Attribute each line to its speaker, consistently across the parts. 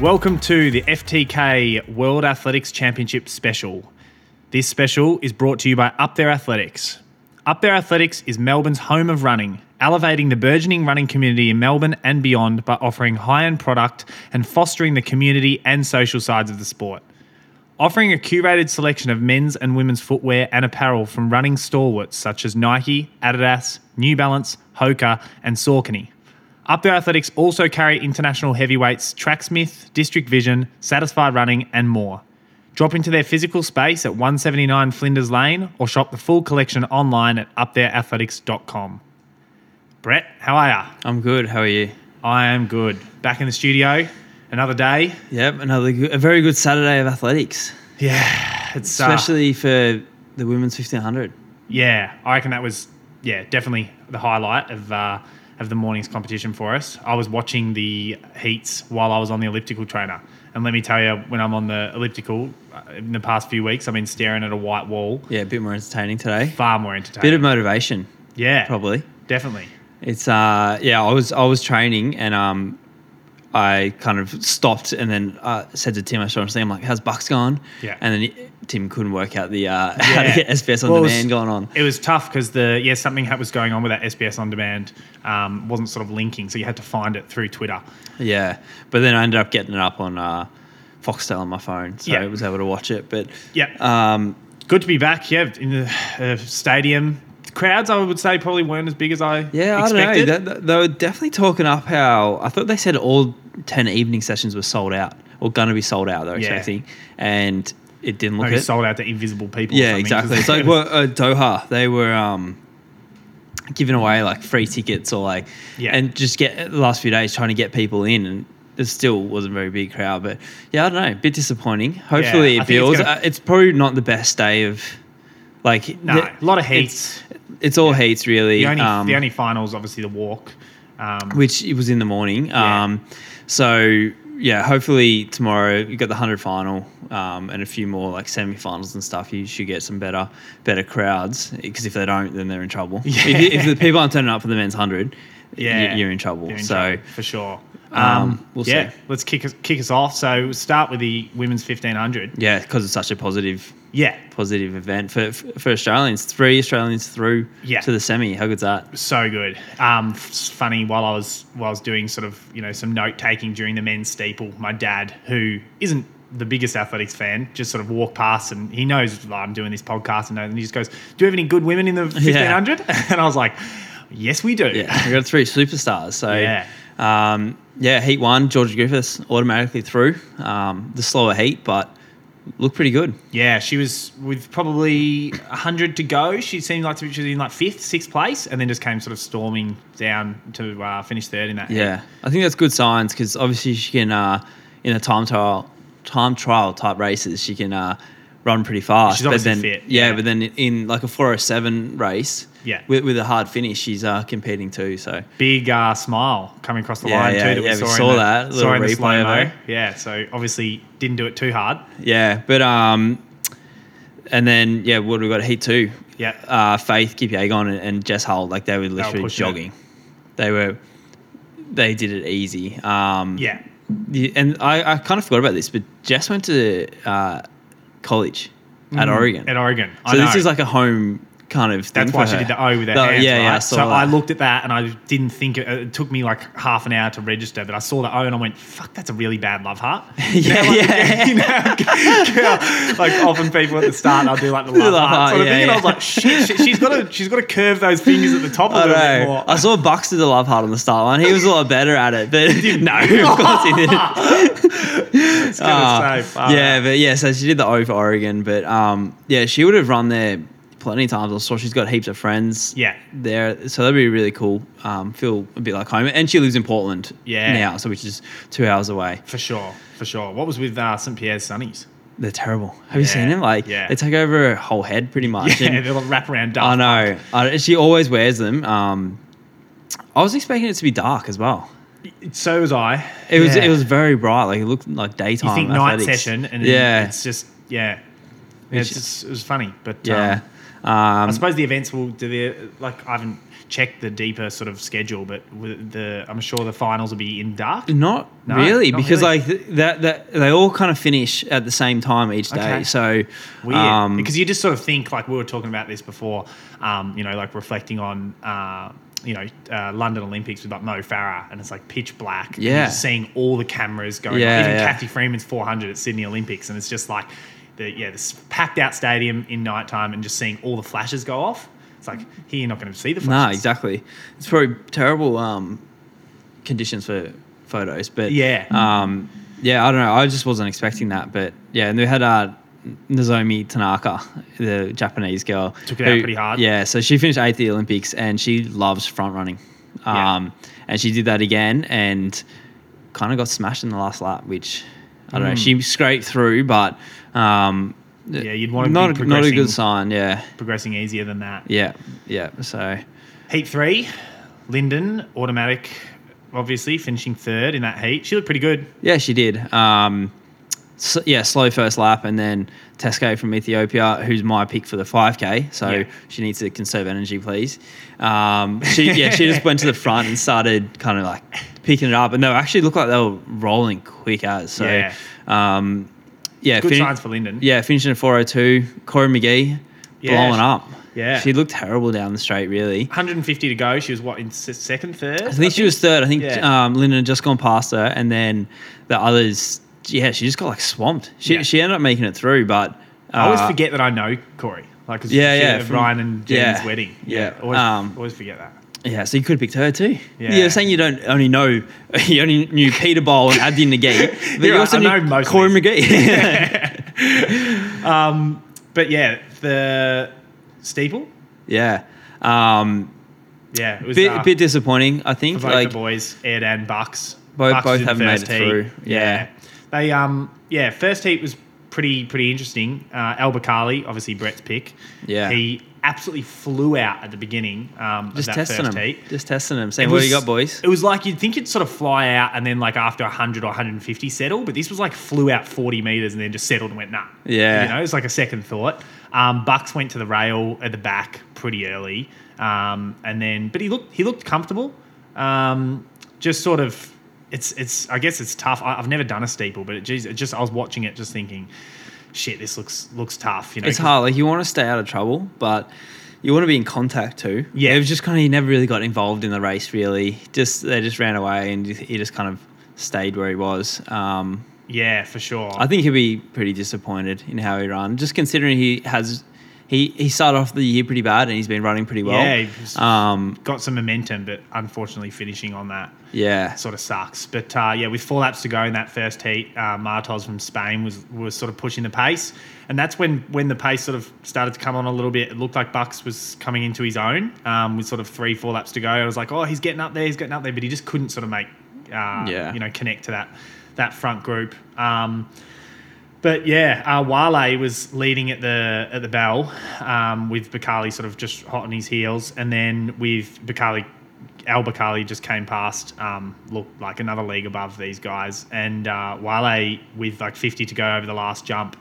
Speaker 1: Welcome to the FTK World Athletics Championship Special. This special is brought to you by Up There Athletics. Up There Athletics is Melbourne's home of running, elevating the burgeoning running community in Melbourne and beyond by offering high end product and fostering the community and social sides of the sport. Offering a curated selection of men's and women's footwear and apparel from running stalwarts such as Nike, Adidas, New Balance, Hoka, and Saucony. Up There Athletics also carry international heavyweights Tracksmith, District Vision, Satisfied Running, and more. Drop into their physical space at 179 Flinders Lane or shop the full collection online at upthereathletics.com. Brett, how are ya?
Speaker 2: I'm good. How are you?
Speaker 1: I am good. Back in the studio, another day.
Speaker 2: Yep, another good, a very good Saturday of athletics,
Speaker 1: Yeah, it's uh,
Speaker 2: especially for the women's 1500.
Speaker 1: yeah, I reckon that was yeah definitely the highlight of uh, of the morning's competition for us. I was watching the heats while I was on the elliptical trainer, and let me tell you, when I'm on the elliptical, uh, in the past few weeks, I've been staring at a white wall.
Speaker 2: Yeah, a bit more entertaining today.
Speaker 1: Far more
Speaker 2: Bit
Speaker 1: entertaining.
Speaker 2: of motivation,
Speaker 1: yeah,
Speaker 2: probably.
Speaker 1: definitely.
Speaker 2: It's uh, yeah. I was I was training and um, I kind of stopped and then uh, said to Tim, I showed him something. I'm like, "How's Bucks gone?"
Speaker 1: Yeah.
Speaker 2: And then he- Tim couldn't work out the uh, how to get SBS on
Speaker 1: Well, it was-
Speaker 2: demand going on.
Speaker 1: It was tough because the yeah something ha- was going on with that SBS on demand um, wasn't sort of linking, so you had to find it through Twitter.
Speaker 2: Yeah. But then I ended up getting it up on uh, Foxtel on my phone, so
Speaker 1: Yeah.
Speaker 2: I was able to watch it. But
Speaker 1: Yeah.
Speaker 2: um,
Speaker 1: Good to be back. Yeah, in the uh, stadium. The crowds, I would say, probably weren't as big as I
Speaker 2: Yeah, I
Speaker 1: expected.
Speaker 2: don't know. They, they were definitely talking up how I thought they said all ten evening sessions were sold out or going to be sold out. They're
Speaker 1: Yeah.
Speaker 2: expecting, and it didn't look
Speaker 1: Maybe
Speaker 2: it.
Speaker 1: sold out to invisible people. or
Speaker 2: yeah,
Speaker 1: something,
Speaker 2: exactly.
Speaker 1: 'cause
Speaker 2: It's like well, uh, Doha. They were um, giving away like free tickets or like,
Speaker 1: Yeah.
Speaker 2: and just get the last few days trying to get people in, and it still wasn't a very big crowd. But yeah, I don't know, a bit disappointing. Hopefully
Speaker 1: I
Speaker 2: it
Speaker 1: think it's
Speaker 2: builds.
Speaker 1: gonna-
Speaker 2: uh, it's probably not the best day of. Like
Speaker 1: no,
Speaker 2: the-
Speaker 1: a lot of
Speaker 2: it's,
Speaker 1: heats.
Speaker 2: it's all heats really.
Speaker 1: The only
Speaker 2: um,
Speaker 1: the only finals, obviously, the walk. Um,
Speaker 2: which it was in the morning.
Speaker 1: Yeah.
Speaker 2: Um, so yeah, hopefully tomorrow you got the hundred final um, and a few more like semi-finals and stuff. You should get some better better crowds because if they don't, then they're in trouble. If, you- if the people aren't turning up for the men's hundred,
Speaker 1: yeah,
Speaker 2: you, you're in trouble.
Speaker 1: You're in
Speaker 2: so
Speaker 1: trouble, for sure. Um,
Speaker 2: um, we'll
Speaker 1: yeah,
Speaker 2: see.
Speaker 1: let's kick us, kick us off. So we'll start with the women's fifteen hundred.
Speaker 2: yeah, because it's such a positive
Speaker 1: Yeah,
Speaker 2: positive event for for Australians. Three Australians through
Speaker 1: Yeah.
Speaker 2: to the semi. How good's that?
Speaker 1: so good. Um, it's funny while I was while I was doing sort of you know some note taking during the men's steeple, my dad who isn't the biggest athletics fan just sort of walked past and he knows that I'm doing this podcast and, knows- and he just goes, "Do you have any good women in the 1500?" And I was like, "Yes, we do."
Speaker 2: Yeah, we got three superstars. So
Speaker 1: Yeah.
Speaker 2: yeah, um, yeah heat one, Georgia Griffiths automatically through um, the slower heat, but looked pretty good.
Speaker 1: Yeah, she was with probably 100 to go. She seemed like to be, she was in like fifth, sixth place, and then just came sort of storming down to uh, finish third in that. heat.
Speaker 2: Yeah, I think that's good signs because obviously she can uh, in a time trial, time trial type races, she can uh, run pretty fast.
Speaker 1: She's obviously
Speaker 2: then,
Speaker 1: fit,
Speaker 2: Yeah,
Speaker 1: yeah.
Speaker 2: but then in like a four oh seven race,
Speaker 1: Yeah.
Speaker 2: with, with a hard finish, she's uh, competing too. So
Speaker 1: big uh, smile coming across the
Speaker 2: Yeah,
Speaker 1: line
Speaker 2: yeah,
Speaker 1: too. That
Speaker 2: yeah,
Speaker 1: we
Speaker 2: we
Speaker 1: saw,
Speaker 2: saw
Speaker 1: in
Speaker 2: that,
Speaker 1: The,
Speaker 2: little
Speaker 1: saw in the
Speaker 2: replay of
Speaker 1: slow mo.
Speaker 2: it.
Speaker 1: Yeah, so obviously didn't do it too hard.
Speaker 2: yeah, but um, and then yeah, what have we got heat two.
Speaker 1: Yeah,
Speaker 2: uh, Faith Kipyegon and, and Jess Hull, like they were literally
Speaker 1: pushing it.
Speaker 2: jogging. They were, they did it easy. Um,
Speaker 1: yeah,
Speaker 2: the- and I, I kind of forgot about this, but Jess went to uh, college at Oregon.
Speaker 1: at Oregon. Mm. I
Speaker 2: so
Speaker 1: know.
Speaker 2: this is like a home kind of. Thing
Speaker 1: that's
Speaker 2: for
Speaker 1: why she
Speaker 2: her.
Speaker 1: did the O with her
Speaker 2: The-
Speaker 1: hands.
Speaker 2: Yeah,
Speaker 1: right?
Speaker 2: yeah. I
Speaker 1: so
Speaker 2: saw
Speaker 1: I
Speaker 2: that.
Speaker 1: looked at that and I didn't think it, it took me like half an hour to register that I saw the O and I went, "Fuck, that's a really bad love heart." You know,
Speaker 2: Yeah,
Speaker 1: like,
Speaker 2: yeah.
Speaker 1: you know, like often people at the start, I'll do like the love,
Speaker 2: love
Speaker 1: heart
Speaker 2: heart,
Speaker 1: sort of
Speaker 2: yeah,
Speaker 1: thing, and I
Speaker 2: yeah.
Speaker 1: was like, "Shit, she, she's got to, she's got to curve those fingers at the top a
Speaker 2: I
Speaker 1: little bit more."
Speaker 2: know. I saw Bucks did the love heart on the start line. He was a lot better at it, but no, of course he didn't.
Speaker 1: It's gonna
Speaker 2: Uh,
Speaker 1: say, fuck.
Speaker 2: yeah, but yeah, so she did the O for Oregon, but um, yeah, she would have run there plenty of times. I saw she's got heaps of friends.
Speaker 1: Yeah.
Speaker 2: there, so that'd be really cool. Um, feel a bit like home, and she lives in Portland.
Speaker 1: Yeah.
Speaker 2: now, so which is two hours away.
Speaker 1: for sure, for sure. What was with uh, St Pierre's Sunnies?
Speaker 2: They're terrible. Have you
Speaker 1: Yeah,
Speaker 2: seen them? Like,
Speaker 1: yeah.
Speaker 2: they take over her whole head pretty much.
Speaker 1: Yeah,
Speaker 2: and
Speaker 1: they're like wraparound
Speaker 2: I
Speaker 1: dark.
Speaker 2: know. I, she always wears them. Um, I was expecting it to be dark as well.
Speaker 1: So was I.
Speaker 2: It was
Speaker 1: Yeah.
Speaker 2: it was very bright. Like it looked like daytime.
Speaker 1: You think night
Speaker 2: athletics.
Speaker 1: session, and
Speaker 2: yeah,
Speaker 1: it's just yeah. It's just, it was funny, but
Speaker 2: Yeah. Uh,
Speaker 1: um, I suppose the events will do the like. I haven't checked the deeper sort of schedule, but with the I'm sure the finals will be in dark.
Speaker 2: Not
Speaker 1: No,
Speaker 2: really,
Speaker 1: not
Speaker 2: because
Speaker 1: really.
Speaker 2: like th- that that they all kind of finish at the same time each day.
Speaker 1: Okay.
Speaker 2: So
Speaker 1: Weird,
Speaker 2: um,
Speaker 1: because you just sort of think like we were talking about this before. Um, you know, like reflecting on. Uh, you know, uh, London Olympics with like Mo Farah, and it's like pitch black. and you're
Speaker 2: Yeah.
Speaker 1: just seeing all the cameras going.
Speaker 2: Yeah,
Speaker 1: Even
Speaker 2: yeah.
Speaker 1: Kathy Freeman's 400 at Sydney Olympics, and it's just like the yeah, this packed out stadium in nighttime, and just seeing all the flashes go off. It's like here you're not going to see the
Speaker 2: nah,
Speaker 1: flashes.
Speaker 2: exactly. It's probably terrible um, conditions for photos, but
Speaker 1: Yeah.
Speaker 2: um, yeah. I don't know. I just wasn't expecting that, but yeah. And we had uh, Nozomi Tanaka, the Japanese girl,
Speaker 1: Took it out pretty hard.
Speaker 2: Yeah, so she finished eighth at the Olympics, and she loves front running,
Speaker 1: Yeah.
Speaker 2: um, and she did that again, and kind of got smashed in the last lap, which I
Speaker 1: Mm.
Speaker 2: don't know. She scraped through, but um,
Speaker 1: Yeah, you'd want to
Speaker 2: not
Speaker 1: be
Speaker 2: a, not a
Speaker 1: progressing-
Speaker 2: good sign. Yeah,
Speaker 1: progressing easier than that.
Speaker 2: yeah, yeah. So.
Speaker 1: Heat three, Linden automatic, obviously finishing third in that heat. She looked pretty good.
Speaker 2: Yeah, she did. Um, s yeah, slow first lap, and then Tesco from Ethiopia, who's my pick for the 5K. So
Speaker 1: Yeah.
Speaker 2: she needs to conserve energy, please. Um, she, yeah, she just went to the front and started kind of like picking it up, and they were- actually looked like they were rolling quick as. So,
Speaker 1: Yeah.
Speaker 2: um, yeah,
Speaker 1: Good
Speaker 2: fini-
Speaker 1: signs for Linden.
Speaker 2: Yeah, finishing at 402. Corey McGee
Speaker 1: Yeah,
Speaker 2: blowing
Speaker 1: she-
Speaker 2: up.
Speaker 1: yeah.
Speaker 2: she looked terrible down the straight, really.
Speaker 1: 150 to go. She was what in s- second, third?
Speaker 2: I think she was third. I think
Speaker 1: Yeah.
Speaker 2: um, Lyndon had just gone past her, and then the others. Yeah, she just got like swamped. She
Speaker 1: Yeah.
Speaker 2: she ended up making it through, but uh,
Speaker 1: I always forget that I know Corey. Like, 'cause
Speaker 2: Yeah,
Speaker 1: she-
Speaker 2: yeah,
Speaker 1: of
Speaker 2: from-
Speaker 1: Ryan and Jenny's
Speaker 2: yeah,
Speaker 1: wedding.
Speaker 2: yeah.
Speaker 1: always,
Speaker 2: Um,
Speaker 1: always forget that.
Speaker 2: Yeah, so you could have picked her too.
Speaker 1: Yeah.
Speaker 2: You're saying you don't only know you only knew Peter Bowl and Adi McGee, but
Speaker 1: You're
Speaker 2: you
Speaker 1: right,
Speaker 2: also
Speaker 1: I know most
Speaker 2: knew
Speaker 1: of
Speaker 2: Corey McGee.
Speaker 1: But yeah, the steeple.
Speaker 2: yeah, um,
Speaker 1: Yeah, it was
Speaker 2: bit
Speaker 1: uh,
Speaker 2: bit disappointing. I think
Speaker 1: both
Speaker 2: like
Speaker 1: the boys, Ed and Bucks.
Speaker 2: Both-
Speaker 1: Bucks
Speaker 2: both
Speaker 1: did the
Speaker 2: haven't made
Speaker 1: first
Speaker 2: it
Speaker 1: heat.
Speaker 2: through. Yeah.
Speaker 1: They um yeah, first heat was pretty pretty interesting. Uh Al Bakali, obviously Brett's pick.
Speaker 2: Yeah.
Speaker 1: He absolutely flew out at the beginning um of
Speaker 2: just
Speaker 1: that
Speaker 2: testing
Speaker 1: first
Speaker 2: them,
Speaker 1: heat.
Speaker 2: just testing them, saying
Speaker 1: It
Speaker 2: what do
Speaker 1: was-
Speaker 2: you got, boys.
Speaker 1: It was like you'd think you'd sort of fly out and then like after 100 or 150 settle, but this was like flew out 40 meters and then just settled and went nah.
Speaker 2: Yeah.
Speaker 1: You know, it's like a second thought. Um, Bucks went to the rail at the back pretty early, um, and then but he looked he looked comfortable. Um, just sort of. It's, it's I guess it's tough. I, I've never done a steeple, but it, geez, it just I was watching it, just thinking, shit, this looks looks tough. You know,
Speaker 2: It's
Speaker 1: 'cause-
Speaker 2: hard. Like you want to stay out of trouble, but you want to be in contact too.
Speaker 1: Yeah.
Speaker 2: it was just kind of you never really got involved in the race. Really, just they just ran away and he just kind of stayed where he was. Um,
Speaker 1: Yeah, for sure.
Speaker 2: I think he'll be pretty disappointed in how he ran, just considering he has he he started off the year pretty bad and he's been running pretty well.
Speaker 1: Yeah, he's-
Speaker 2: um,
Speaker 1: Got some momentum, but unfortunately, finishing on that
Speaker 2: yeah.
Speaker 1: sort of sucks. But uh, yeah, with four laps to go in that first heat, uh, Martos from Spain was was sort of pushing the pace, and that's when when the pace sort of started to come on a little bit. It looked like Bucks was coming into his own um, with sort of three four laps to go. I was like, oh, he's getting up there, he's getting up there, but he just couldn't sort of make uh,
Speaker 2: Yeah.
Speaker 1: you know connect to that that front group. Um, but yeah, uh, Wale was leading at the at the bell um, with Bakali sort of just hot on his heels, and then with Bakali, Al Bakali just came past, um, looked like another league above these guys, and uh, Wale with like 50 to go over the last jump,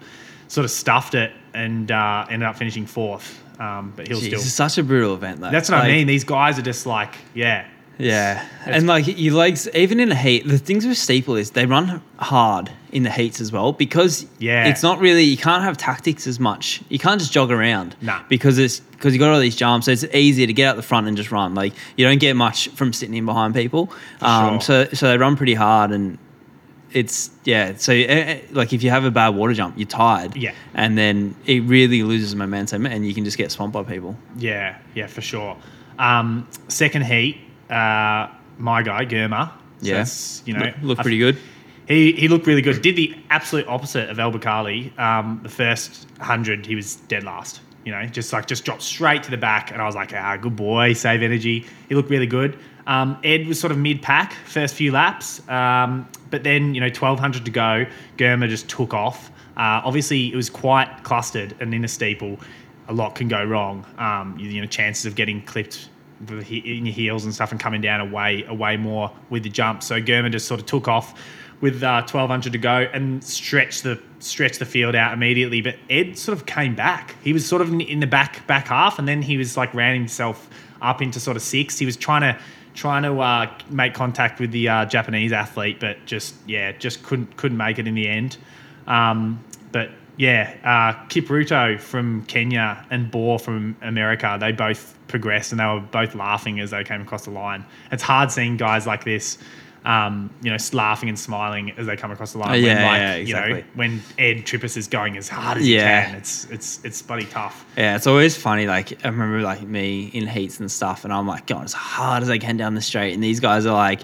Speaker 1: sort of stuffed it and uh, ended up finishing fourth. Um, but he'll
Speaker 2: Jeez,
Speaker 1: still.
Speaker 2: it's such a brutal event though.
Speaker 1: That's what
Speaker 2: Like,
Speaker 1: I mean. These guys are just like, yeah,
Speaker 2: Yeah. And like your legs, even in the heat, the things with steeple is they run hard in the heats as well because
Speaker 1: Yeah.
Speaker 2: it's not really you can't have tactics as much. You can't just jog around.
Speaker 1: Nah.
Speaker 2: Because it's because you got all these jumps, so it's easier to get out the front and just run. Like you don't get much from sitting in behind people. Um
Speaker 1: sure.
Speaker 2: so so they run pretty hard and it's yeah. So eh, eh, like if you have a bad water jump, you're tired.
Speaker 1: Yeah.
Speaker 2: And then it really loses momentum and you can just get swamped by people.
Speaker 1: Yeah, yeah, for sure. Um, second heat, uh, my guy Germa. So
Speaker 2: Yeah.
Speaker 1: it's, you know,
Speaker 2: Look- look
Speaker 1: I-
Speaker 2: pretty good.
Speaker 1: He he looked really good. Did the absolute opposite of El Bakali. Um, the first hundred, he was dead last. You know, just like just dropped straight to the back, and I was like, ah, good boy, save energy. He looked really good. Um, Ed was sort of mid pack first few laps, um, but then you know, twelve hundred to go, Germa just took off. Uh, obviously, it was quite clustered and in a steeple. A lot can go wrong. Um, you, you know, chances of getting clipped with the he- in your heels and stuff and coming down away away more with the jump. So German just sort of took off, with uh, 1200 to go and stretch the stretch the field out immediately. But Ed sort of came back. He was sort of in, in the back back half, and then he was like ran himself up into sort of six. He was trying to trying to uh, make contact with the uh, Japanese athlete, but just yeah, just couldn't couldn't make it in the end. Um, but yeah, uh, Kipruto from Kenya and Bohr from America, they both progressed and they were both laughing as they came across the line. It's hard seeing guys like this, um, you know, laughing and smiling as they come across the line.
Speaker 2: Oh,
Speaker 1: when,
Speaker 2: yeah,
Speaker 1: like,
Speaker 2: yeah,
Speaker 1: You know,
Speaker 2: exactly.
Speaker 1: when Ed Trippis is going as hard as
Speaker 2: Yeah.
Speaker 1: he can, it's it's it's bloody tough.
Speaker 2: Yeah, it's always funny. Like I remember, like me in heats and stuff, and I'm like going as hard as I can down the straight, and these guys are like,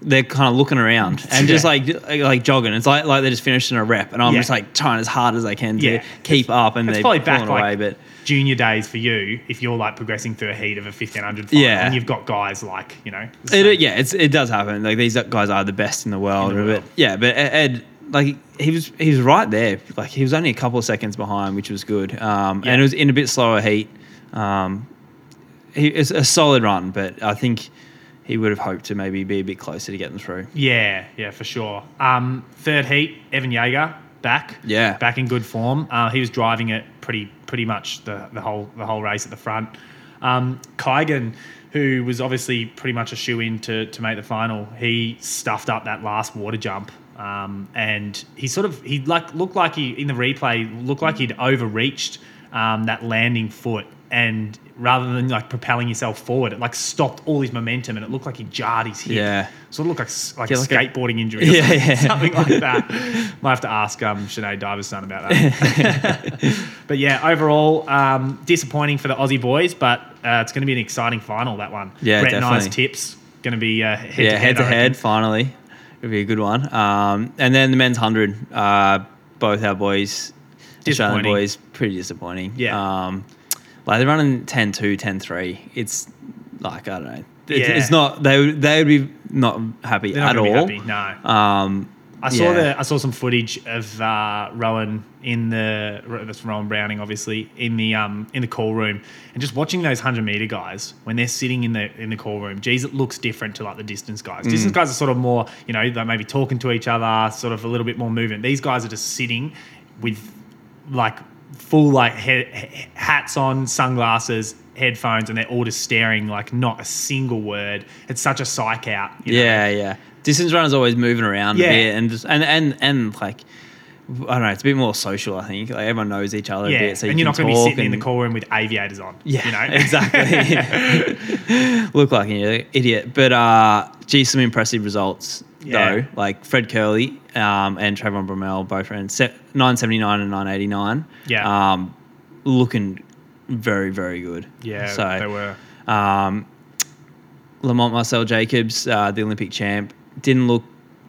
Speaker 2: they're kind of looking around and just
Speaker 1: Yeah.
Speaker 2: like like jogging. It's like like they're just finishing a rep, and I'm
Speaker 1: Yeah.
Speaker 2: just like trying as hard as I can to
Speaker 1: Yeah.
Speaker 2: keep up, and
Speaker 1: It's
Speaker 2: they're
Speaker 1: probably
Speaker 2: pulling
Speaker 1: back
Speaker 2: away.
Speaker 1: like
Speaker 2: but
Speaker 1: junior days for you if you're like progressing through a heat of a 1500 final
Speaker 2: Yeah.
Speaker 1: and you've got guys like, you know, the
Speaker 2: It,
Speaker 1: same-
Speaker 2: yeah, it's, it does happen. Like these guys are the best in the world.
Speaker 1: In the world.
Speaker 2: But yeah, but E-, Ed, like he was, he was right there. Like he was only a couple of seconds behind, which was good. Um,
Speaker 1: Yeah.
Speaker 2: And it was in a bit slower heat. Um, he, it's a solid run, but I think he would have hoped to maybe be a bit closer to getting through.
Speaker 1: Yeah, yeah, for sure. Um, third heat, Evan Jaeger back.
Speaker 2: Yeah.
Speaker 1: back in good form. Uh, he was driving it pretty pretty much the, the whole the whole race at the front. Um, Kigen, who was obviously pretty much a shoe in to to make the final, he stuffed up that last water jump. Um, and he sort of he like looked like he in the replay looked like he'd overreached um, that landing foot and rather than like propelling himself forward it like stopped all his momentum and it looked like he jarred his hip
Speaker 2: Yeah.
Speaker 1: sort of looked like s- like
Speaker 2: Yeah,
Speaker 1: a
Speaker 2: like a-
Speaker 1: skateboarding injury or
Speaker 2: Yeah,
Speaker 1: something, something
Speaker 2: yeah.
Speaker 1: like that. Might have to ask um, Sinead Diverson about that. but yeah, overall, um, disappointing for the Aussie boys, but uh, it's going to be an exciting final, that one.
Speaker 2: Yeah,
Speaker 1: Brett and I's
Speaker 2: definitely.
Speaker 1: tips. Going to be uh, head
Speaker 2: yeah,
Speaker 1: to head.
Speaker 2: head to
Speaker 1: I reckon.
Speaker 2: head. Finally, it'll be a good one. Um, and then the men's hundred, uh, both our boys, Australian
Speaker 1: Disappointing.
Speaker 2: boys, pretty disappointing.
Speaker 1: Yeah.
Speaker 2: um, like they're running 10-2, 10-3. It's like I don't know. It-
Speaker 1: Yeah.
Speaker 2: it's not. They would they would be not happy
Speaker 1: They're not
Speaker 2: at
Speaker 1: gonna be
Speaker 2: all.
Speaker 1: happy, no.
Speaker 2: Um,
Speaker 1: I saw
Speaker 2: yeah.
Speaker 1: the I saw some footage of uh, Rowan in the that's Rowan Browning obviously in the um in the call room and just watching those hundred meter guys when they're sitting in the in the call room. Geez, it looks different to like the distance guys.
Speaker 2: Mm.
Speaker 1: Distance guys are sort of more you know they may be talking to each other, sort of a little bit more movement. These guys are just sitting with like full like he- he- hats on, sunglasses. Headphones and they're all just staring like not a single word. It's such a psych out. you know?
Speaker 2: Yeah, yeah. Distance runners always moving around
Speaker 1: Yeah.
Speaker 2: a bit and just and and and like I don't know, it's a bit more social. I think like everyone knows each other.
Speaker 1: Yeah,
Speaker 2: a bit, so you
Speaker 1: and you're not
Speaker 2: can
Speaker 1: going to be
Speaker 2: talk
Speaker 1: sitting in the
Speaker 2: and-
Speaker 1: call room with aviators on.
Speaker 2: Yeah,
Speaker 1: you know
Speaker 2: exactly. Look like an idiot- idiot, but uh, gee, some impressive results
Speaker 1: Yeah.
Speaker 2: though. Like Fred Curley um, and Trayvon Bromell both ran se- nine seventy nine and nine eighty nine.
Speaker 1: Yeah.
Speaker 2: um, looking very very good.
Speaker 1: yeah,
Speaker 2: so
Speaker 1: they were.
Speaker 2: um, Lamont Marcel Jacobs, uh, the Olympic champ, didn't look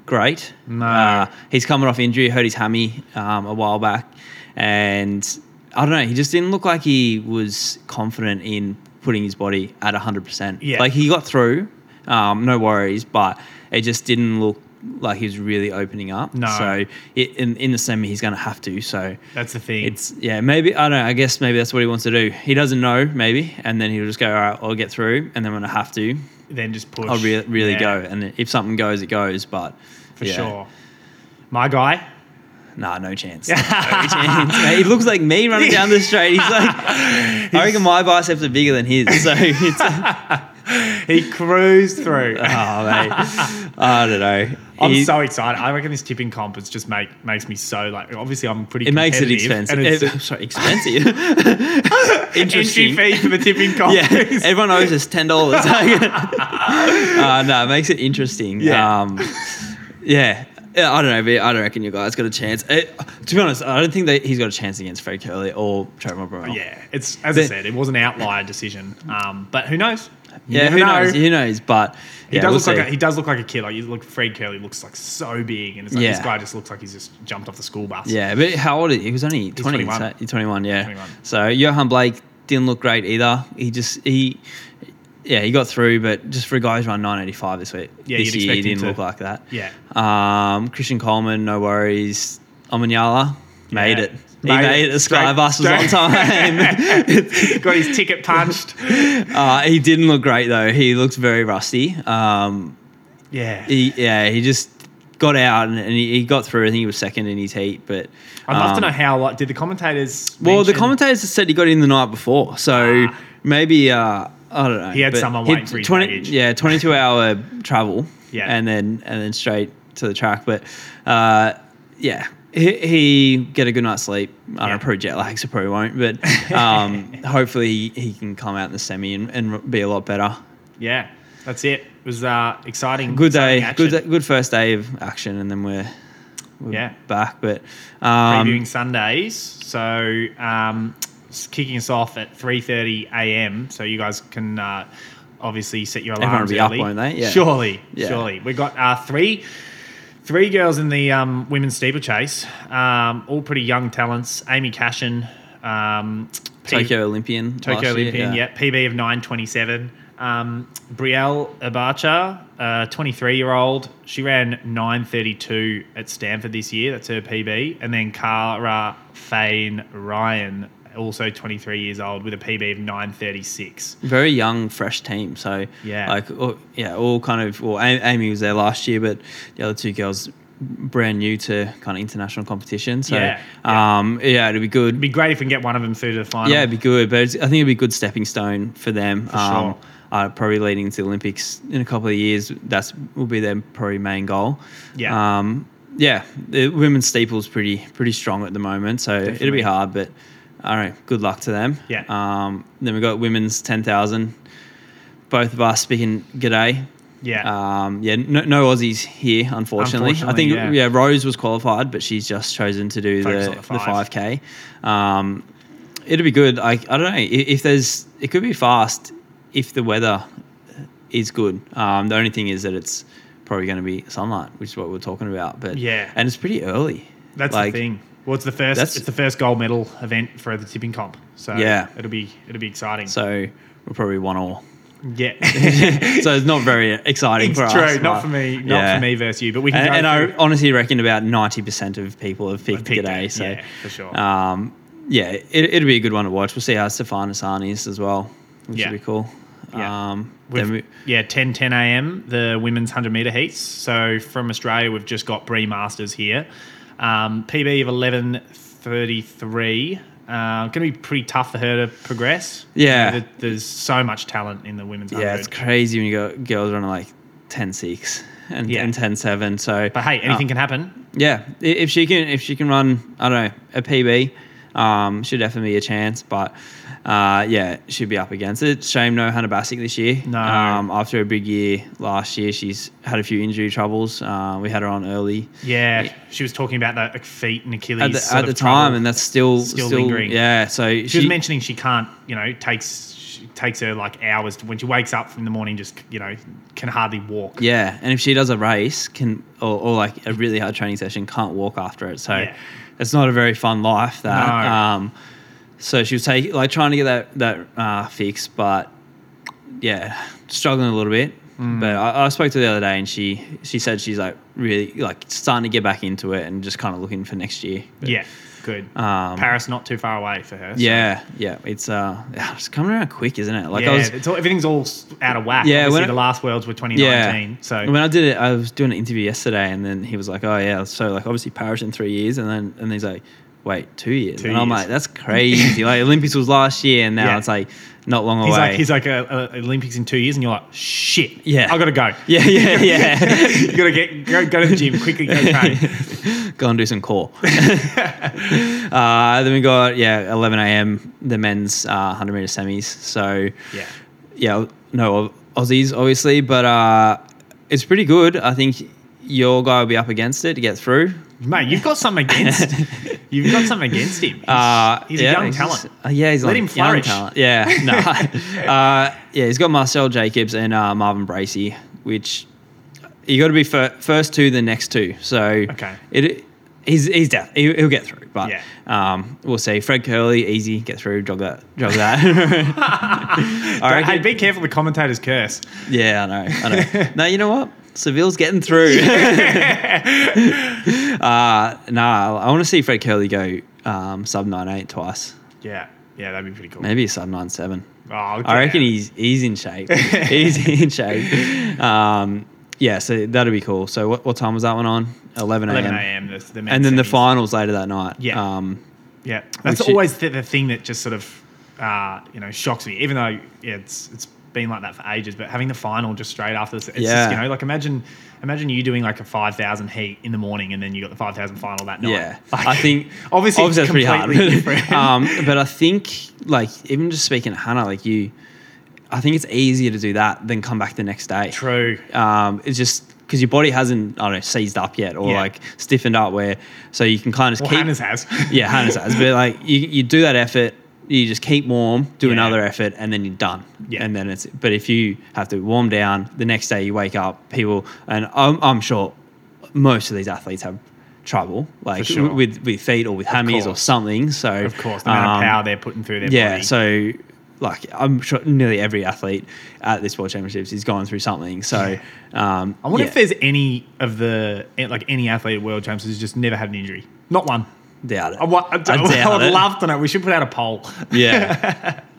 Speaker 2: great.
Speaker 1: No.
Speaker 2: Uh, he's coming off injury, hurt his hammy um, a while back. And I don't know, he just didn't look like he was confident in putting his body at 100%.
Speaker 1: Yeah.
Speaker 2: Like he got through, um, no worries, but it just didn't look like he was really opening up.
Speaker 1: No.
Speaker 2: So it, in, in the semi, he's going to have to. So
Speaker 1: That's the thing.
Speaker 2: it's yeah, maybe I don't know. I guess maybe that's what he wants to do. He doesn't know, maybe, and then he'll just go, all right, I'll get through, and then when I have to,
Speaker 1: then just push.
Speaker 2: I'll re- really
Speaker 1: Yeah,
Speaker 2: go. And if something goes, it goes. But
Speaker 1: for
Speaker 2: yeah,
Speaker 1: sure. My guy,
Speaker 2: nah, no chance. no chance. Mate, He looks like me running down the straight. He's like, I reckon my biceps are bigger than his. So it's oh
Speaker 1: he cruised through.
Speaker 2: mate, I don't know.
Speaker 1: I'm
Speaker 2: Uh, He-
Speaker 1: so excited. I reckon this tipping comp is just make makes me so like. Obviously, I'm pretty.
Speaker 2: it makes it
Speaker 1: competitive,
Speaker 2: expensive.
Speaker 1: and it's-
Speaker 2: Eh, sorry, expensive.
Speaker 1: entry
Speaker 2: Interesting.
Speaker 1: fee for the tipping comp.
Speaker 2: Yeah,
Speaker 1: is-
Speaker 2: everyone owes us ten dollars. uh, no, it makes it interesting.
Speaker 1: Yeah.
Speaker 2: Yeah. Um, yeah. Yeah, I don't know, but I don't reckon your guy's got a chance. Eh, to be honest, I don't think that he's got a chance against Fred Curley or Trevor Burrell.
Speaker 1: yeah. It's as I
Speaker 2: The-
Speaker 1: said, it was an outlier decision. Um, but who knows? You
Speaker 2: yeah.
Speaker 1: never
Speaker 2: Who
Speaker 1: know.
Speaker 2: knows? Who knows? But
Speaker 1: He
Speaker 2: yeah,
Speaker 1: does
Speaker 2: we'll
Speaker 1: look like
Speaker 2: see.
Speaker 1: a, he does look like a kid. Like you look, Fred Curley looks like so big, and it's like this
Speaker 2: Yeah.
Speaker 1: guy just looks like he's just jumped off the school bus.
Speaker 2: Yeah, but how old is he? He was only 20,
Speaker 1: 21.
Speaker 2: 21. So, 21, yeah.
Speaker 1: 21.
Speaker 2: So Johan Blake didn't look great either. He just he yeah, he got through, but just for a guy who's run 985 this week,
Speaker 1: Yeah,
Speaker 2: this
Speaker 1: you'd
Speaker 2: year,
Speaker 1: expect
Speaker 2: he
Speaker 1: him
Speaker 2: didn't
Speaker 1: to-
Speaker 2: look like that.
Speaker 1: Yeah.
Speaker 2: Um, Christian Coleman, no worries. Omanyala made
Speaker 1: Yeah.
Speaker 2: it. He
Speaker 1: Made
Speaker 2: made,
Speaker 1: it.
Speaker 2: it. The sky
Speaker 1: Straight-
Speaker 2: bus was on time.
Speaker 1: got his ticket punched.
Speaker 2: uh, he didn't look great though. He looked very rusty. Um,
Speaker 1: Yeah.
Speaker 2: he, yeah, he just got out and, and he, he got through. I think he was second in his heat, but
Speaker 1: I'd love to
Speaker 2: um,
Speaker 1: know how. Like, did the commentators?
Speaker 2: Well, the
Speaker 1: mention-
Speaker 2: commentators said he got in the night before, so
Speaker 1: Ah.
Speaker 2: maybe uh, I don't know.
Speaker 1: He had
Speaker 2: but
Speaker 1: someone
Speaker 2: he had
Speaker 1: waiting for his baggage.
Speaker 2: Yeah, twenty-two hour travel.
Speaker 1: Yeah.
Speaker 2: and then and then straight to the track. But uh, yeah, he, he get a good night's sleep. I don't
Speaker 1: Yeah.
Speaker 2: know, probably jet lag, so probably won't. But um, hopefully he can come out in the semi and, and be a lot better.
Speaker 1: Yeah, that's it. It was uh, exciting.
Speaker 2: Good
Speaker 1: exciting
Speaker 2: day,
Speaker 1: action.
Speaker 2: good day- good first day of action, and then we're, we're
Speaker 1: Yeah.
Speaker 2: back. But um,
Speaker 1: previewing Sundays. So um, it's kicking us off at 3:30 a.m. So you guys can uh, obviously set your
Speaker 2: Everyone
Speaker 1: alarms
Speaker 2: will be up,
Speaker 1: early.
Speaker 2: won't they? Yeah.
Speaker 1: Surely,
Speaker 2: Yeah.
Speaker 1: surely. We got uh, three. Three girls in the um, women's steeplechase, um, all pretty young talents. Amy Cashin, um, P-
Speaker 2: Tokyo Olympian, last
Speaker 1: Tokyo
Speaker 2: year,
Speaker 1: Olympian, yeah. PB of 927. Um, Brielle Abacha, uh, 23 year old, she ran 932 at Stanford this year. That's her PB. And then Cara Fain Ryan, also 23 years old, with a PB of 936.
Speaker 2: very young, fresh team. So
Speaker 1: Yeah.
Speaker 2: like all, yeah, all kind of. Well, A- Amy was there last year, but the other two girls brand new to kind of international competition. So
Speaker 1: Yeah, yeah.
Speaker 2: yeah, um, yeah it'd be good.
Speaker 1: It'd be great if we can get one of them through to the final.
Speaker 2: yeah, it'd be good. But it's, I think it'd be a good stepping stone for them.
Speaker 1: sure.
Speaker 2: uh, probably leading to the Olympics in a couple of years. That's will be their probably main goal.
Speaker 1: Yeah.
Speaker 2: Um, yeah, the women's steeple's pretty pretty strong at the moment, so it'll
Speaker 1: Definitely.
Speaker 2: be hard. But I don't know. Good luck to them.
Speaker 1: Yeah.
Speaker 2: Um, then we got women's ten thousand. Both of us speaking g'day.
Speaker 1: yeah.
Speaker 2: Um, yeah, no, no Aussies here, unfortunately. I
Speaker 1: Unfortunately,
Speaker 2: think
Speaker 1: yeah.
Speaker 2: yeah. Rose was qualified, but she's just chosen to do
Speaker 1: Focus
Speaker 2: the,
Speaker 1: on the
Speaker 2: the
Speaker 1: five.
Speaker 2: five k. Um, it'll be good. I, I don't know I- if there's. It could be fast if the weather is good. Um, the only thing is that it's probably going to be sunlight, which is what we're talking about. But
Speaker 1: Yeah.
Speaker 2: and it's pretty early.
Speaker 1: that's
Speaker 2: Like,
Speaker 1: the thing. Well, it's the first.
Speaker 2: that's-
Speaker 1: It's the first gold medal event for the tipping comp, so
Speaker 2: Yeah.
Speaker 1: it'll be it'll be exciting.
Speaker 2: So we're probably one all.
Speaker 1: yeah,
Speaker 2: so it's not very exciting
Speaker 1: it's
Speaker 2: for
Speaker 1: true.
Speaker 2: us.
Speaker 1: not
Speaker 2: right?
Speaker 1: for me. Not
Speaker 2: Yeah.
Speaker 1: for me versus you. But we can.
Speaker 2: And,
Speaker 1: go
Speaker 2: and
Speaker 1: through-
Speaker 2: I honestly reckon about ninety percent of people have picked
Speaker 1: picked
Speaker 2: today.
Speaker 1: it,
Speaker 2: So
Speaker 1: yeah, for sure.
Speaker 2: Um, yeah, it, it'll be a good one to watch. We'll see how Stefan Asani is as well, which
Speaker 1: Yeah.
Speaker 2: will be cool.
Speaker 1: Yeah.
Speaker 2: Um,
Speaker 1: We've-
Speaker 2: then we,
Speaker 1: yeah, 10, 10 a.m., the women's 100 meter heats. So from Australia, we've just got Bree Masters here. Um, PB of 11.33. Uh, going to be pretty tough for her to progress. You
Speaker 2: Yeah.
Speaker 1: know, there- there's so much talent in the women's
Speaker 2: yeah,
Speaker 1: 100.
Speaker 2: it's crazy when you got girls running like 10-6 and,
Speaker 1: Yeah.
Speaker 2: and 10-7. So,
Speaker 1: but hey, anything
Speaker 2: uh,
Speaker 1: can happen.
Speaker 2: yeah, i- if she can if she can run, I don't know, a PB, um, should definitely be a chance. But uh, yeah, she'd be up against it. Shame no Hannah Bassick this year.
Speaker 1: No.
Speaker 2: Um, after a big year last year, she's had a few injury troubles. Uh, we had her on early
Speaker 1: Yeah, she was talking about that like, feet and Achilles
Speaker 2: at the,
Speaker 1: sort
Speaker 2: at the
Speaker 1: of trouble.
Speaker 2: time, and that's still
Speaker 1: Still
Speaker 2: still,
Speaker 1: lingering.
Speaker 2: Yeah, so she,
Speaker 1: she, was mentioning she can't, you know, takes she takes her like hours to, when she wakes up in the morning, just you know, can hardly walk.
Speaker 2: Yeah, and if she does a race, can or, or like a really hard training session, can't walk after it. So
Speaker 1: Yeah.
Speaker 2: it's not a very fun life. That.
Speaker 1: No.
Speaker 2: Um, so she was taking like trying to get that that uh, fix, but yeah, struggling a little bit.
Speaker 1: Mm.
Speaker 2: But I, I spoke to her the other day, and she she said she's like really like starting to get back into it, and just kind of looking for next year. But,
Speaker 1: Yeah, good.
Speaker 2: Um,
Speaker 1: Paris not too far away for her. so-
Speaker 2: Yeah, yeah, it's uh, it's coming around quick, isn't it? Like
Speaker 1: yeah,
Speaker 2: I was
Speaker 1: it's all, everything's all s- out of whack.
Speaker 2: Yeah,
Speaker 1: Yeah, obviously
Speaker 2: when
Speaker 1: the
Speaker 2: I-
Speaker 1: last worlds were 2019. So
Speaker 2: when I did it, I was doing an interview yesterday, and then he was like, "Oh yeah, so like obviously Paris in three years," and then and he's like, "Wait, two years?"
Speaker 1: Two
Speaker 2: and I'm
Speaker 1: years.
Speaker 2: like, "That's crazy!" like Olympics was last year, and now
Speaker 1: Yeah.
Speaker 2: it's like not long
Speaker 1: he's
Speaker 2: away.
Speaker 1: like, he's like a, a Olympics in two years, and you're like, shit.
Speaker 2: Yeah.
Speaker 1: I gotta go.
Speaker 2: yeah, yeah, yeah.
Speaker 1: you gotta get go, go to the gym quickly. Go train.
Speaker 2: Go and do some core. uh, then we got yeah, 11 a.m. the men's uh, 100 meter semis. So
Speaker 1: Yeah,
Speaker 2: yeah, no Aussies obviously, but uh, it's pretty good. I think your guy will be up against it to get through.
Speaker 1: mate, you've got something against. you've got something against him. He's,
Speaker 2: Uh,
Speaker 1: he's
Speaker 2: yeah,
Speaker 1: a young
Speaker 2: he's
Speaker 1: talent.
Speaker 2: just- uh, yeah, he's
Speaker 1: Let
Speaker 2: like
Speaker 1: him
Speaker 2: young
Speaker 1: flourish.
Speaker 2: talent. Yeah, no. uh, yeah, he's got Marcel Jacobs and uh, Marvin Bracey, which you got to be fir- first two, then next two. So
Speaker 1: Okay.
Speaker 2: it he's he's down. He, he'll get through, but
Speaker 1: Yeah.
Speaker 2: um, we'll see. Fred Curley, easy, get through, jog that, jog that. I
Speaker 1: hey,
Speaker 2: reckon,
Speaker 1: be careful the commentators curse.
Speaker 2: yeah, I know, I know. no, you know what? Seville's getting through. uh, nah, I want to see Fred Curley go um, sub nine eight twice.
Speaker 1: Yeah, yeah, that'd be pretty cool.
Speaker 2: Maybe a sub nine seven.
Speaker 1: Oh,
Speaker 2: I reckon he's he's in shape. he's in shape. Um, yeah, so that'll be cool. So what, what time was that one on? 11 a.m.
Speaker 1: 11 a.m. The, the
Speaker 2: And then the
Speaker 1: semis.
Speaker 2: finals later that night.
Speaker 1: Yeah.
Speaker 2: Um,
Speaker 1: Yeah, that's
Speaker 2: Which it-
Speaker 1: always the, the thing that just sort of uh, you know shocks me. Even though yeah, it's it's been like that for ages, but having the final just straight after this, it's just you
Speaker 2: Yeah.
Speaker 1: know like imagine imagine you doing like a five thousand heat in the morning and then you got the five thousand final that night.
Speaker 2: Yeah,
Speaker 1: Like,
Speaker 2: I think
Speaker 1: obviously, it's completely different.
Speaker 2: um, but I think like even just speaking to Hannah, like you, I think it's easier to do that than come back the next day.
Speaker 1: True.
Speaker 2: Um, it's just because your body hasn't I don't know seized up yet or
Speaker 1: Yeah.
Speaker 2: like stiffened up where so you can kind of
Speaker 1: Well,
Speaker 2: keep
Speaker 1: Hannah's has.
Speaker 2: yeah Hannah's has but like you you do that effort. You just keep warm, do
Speaker 1: Yeah.
Speaker 2: another effort, and then you're done.
Speaker 1: Yeah.
Speaker 2: And then it's but if you have to warm down the next day, you wake up, people, and I'm, I'm sure most of these athletes have trouble, like
Speaker 1: sure.
Speaker 2: with with feet or with hammies or
Speaker 1: course.
Speaker 2: something. So
Speaker 1: of course, no matter
Speaker 2: um,
Speaker 1: how they're putting through their
Speaker 2: yeah.
Speaker 1: body.
Speaker 2: So like I'm sure nearly every athlete at this world championships is going through something. So um,
Speaker 1: I wonder
Speaker 2: yeah,
Speaker 1: if there's any of the eh, like any athlete at world champs who's just never had an injury. Not one.
Speaker 2: doubt it.
Speaker 1: I, wa- I, don't-
Speaker 2: doubt
Speaker 1: I would
Speaker 2: it.
Speaker 1: love to know. We should put out a poll.
Speaker 2: Yeah.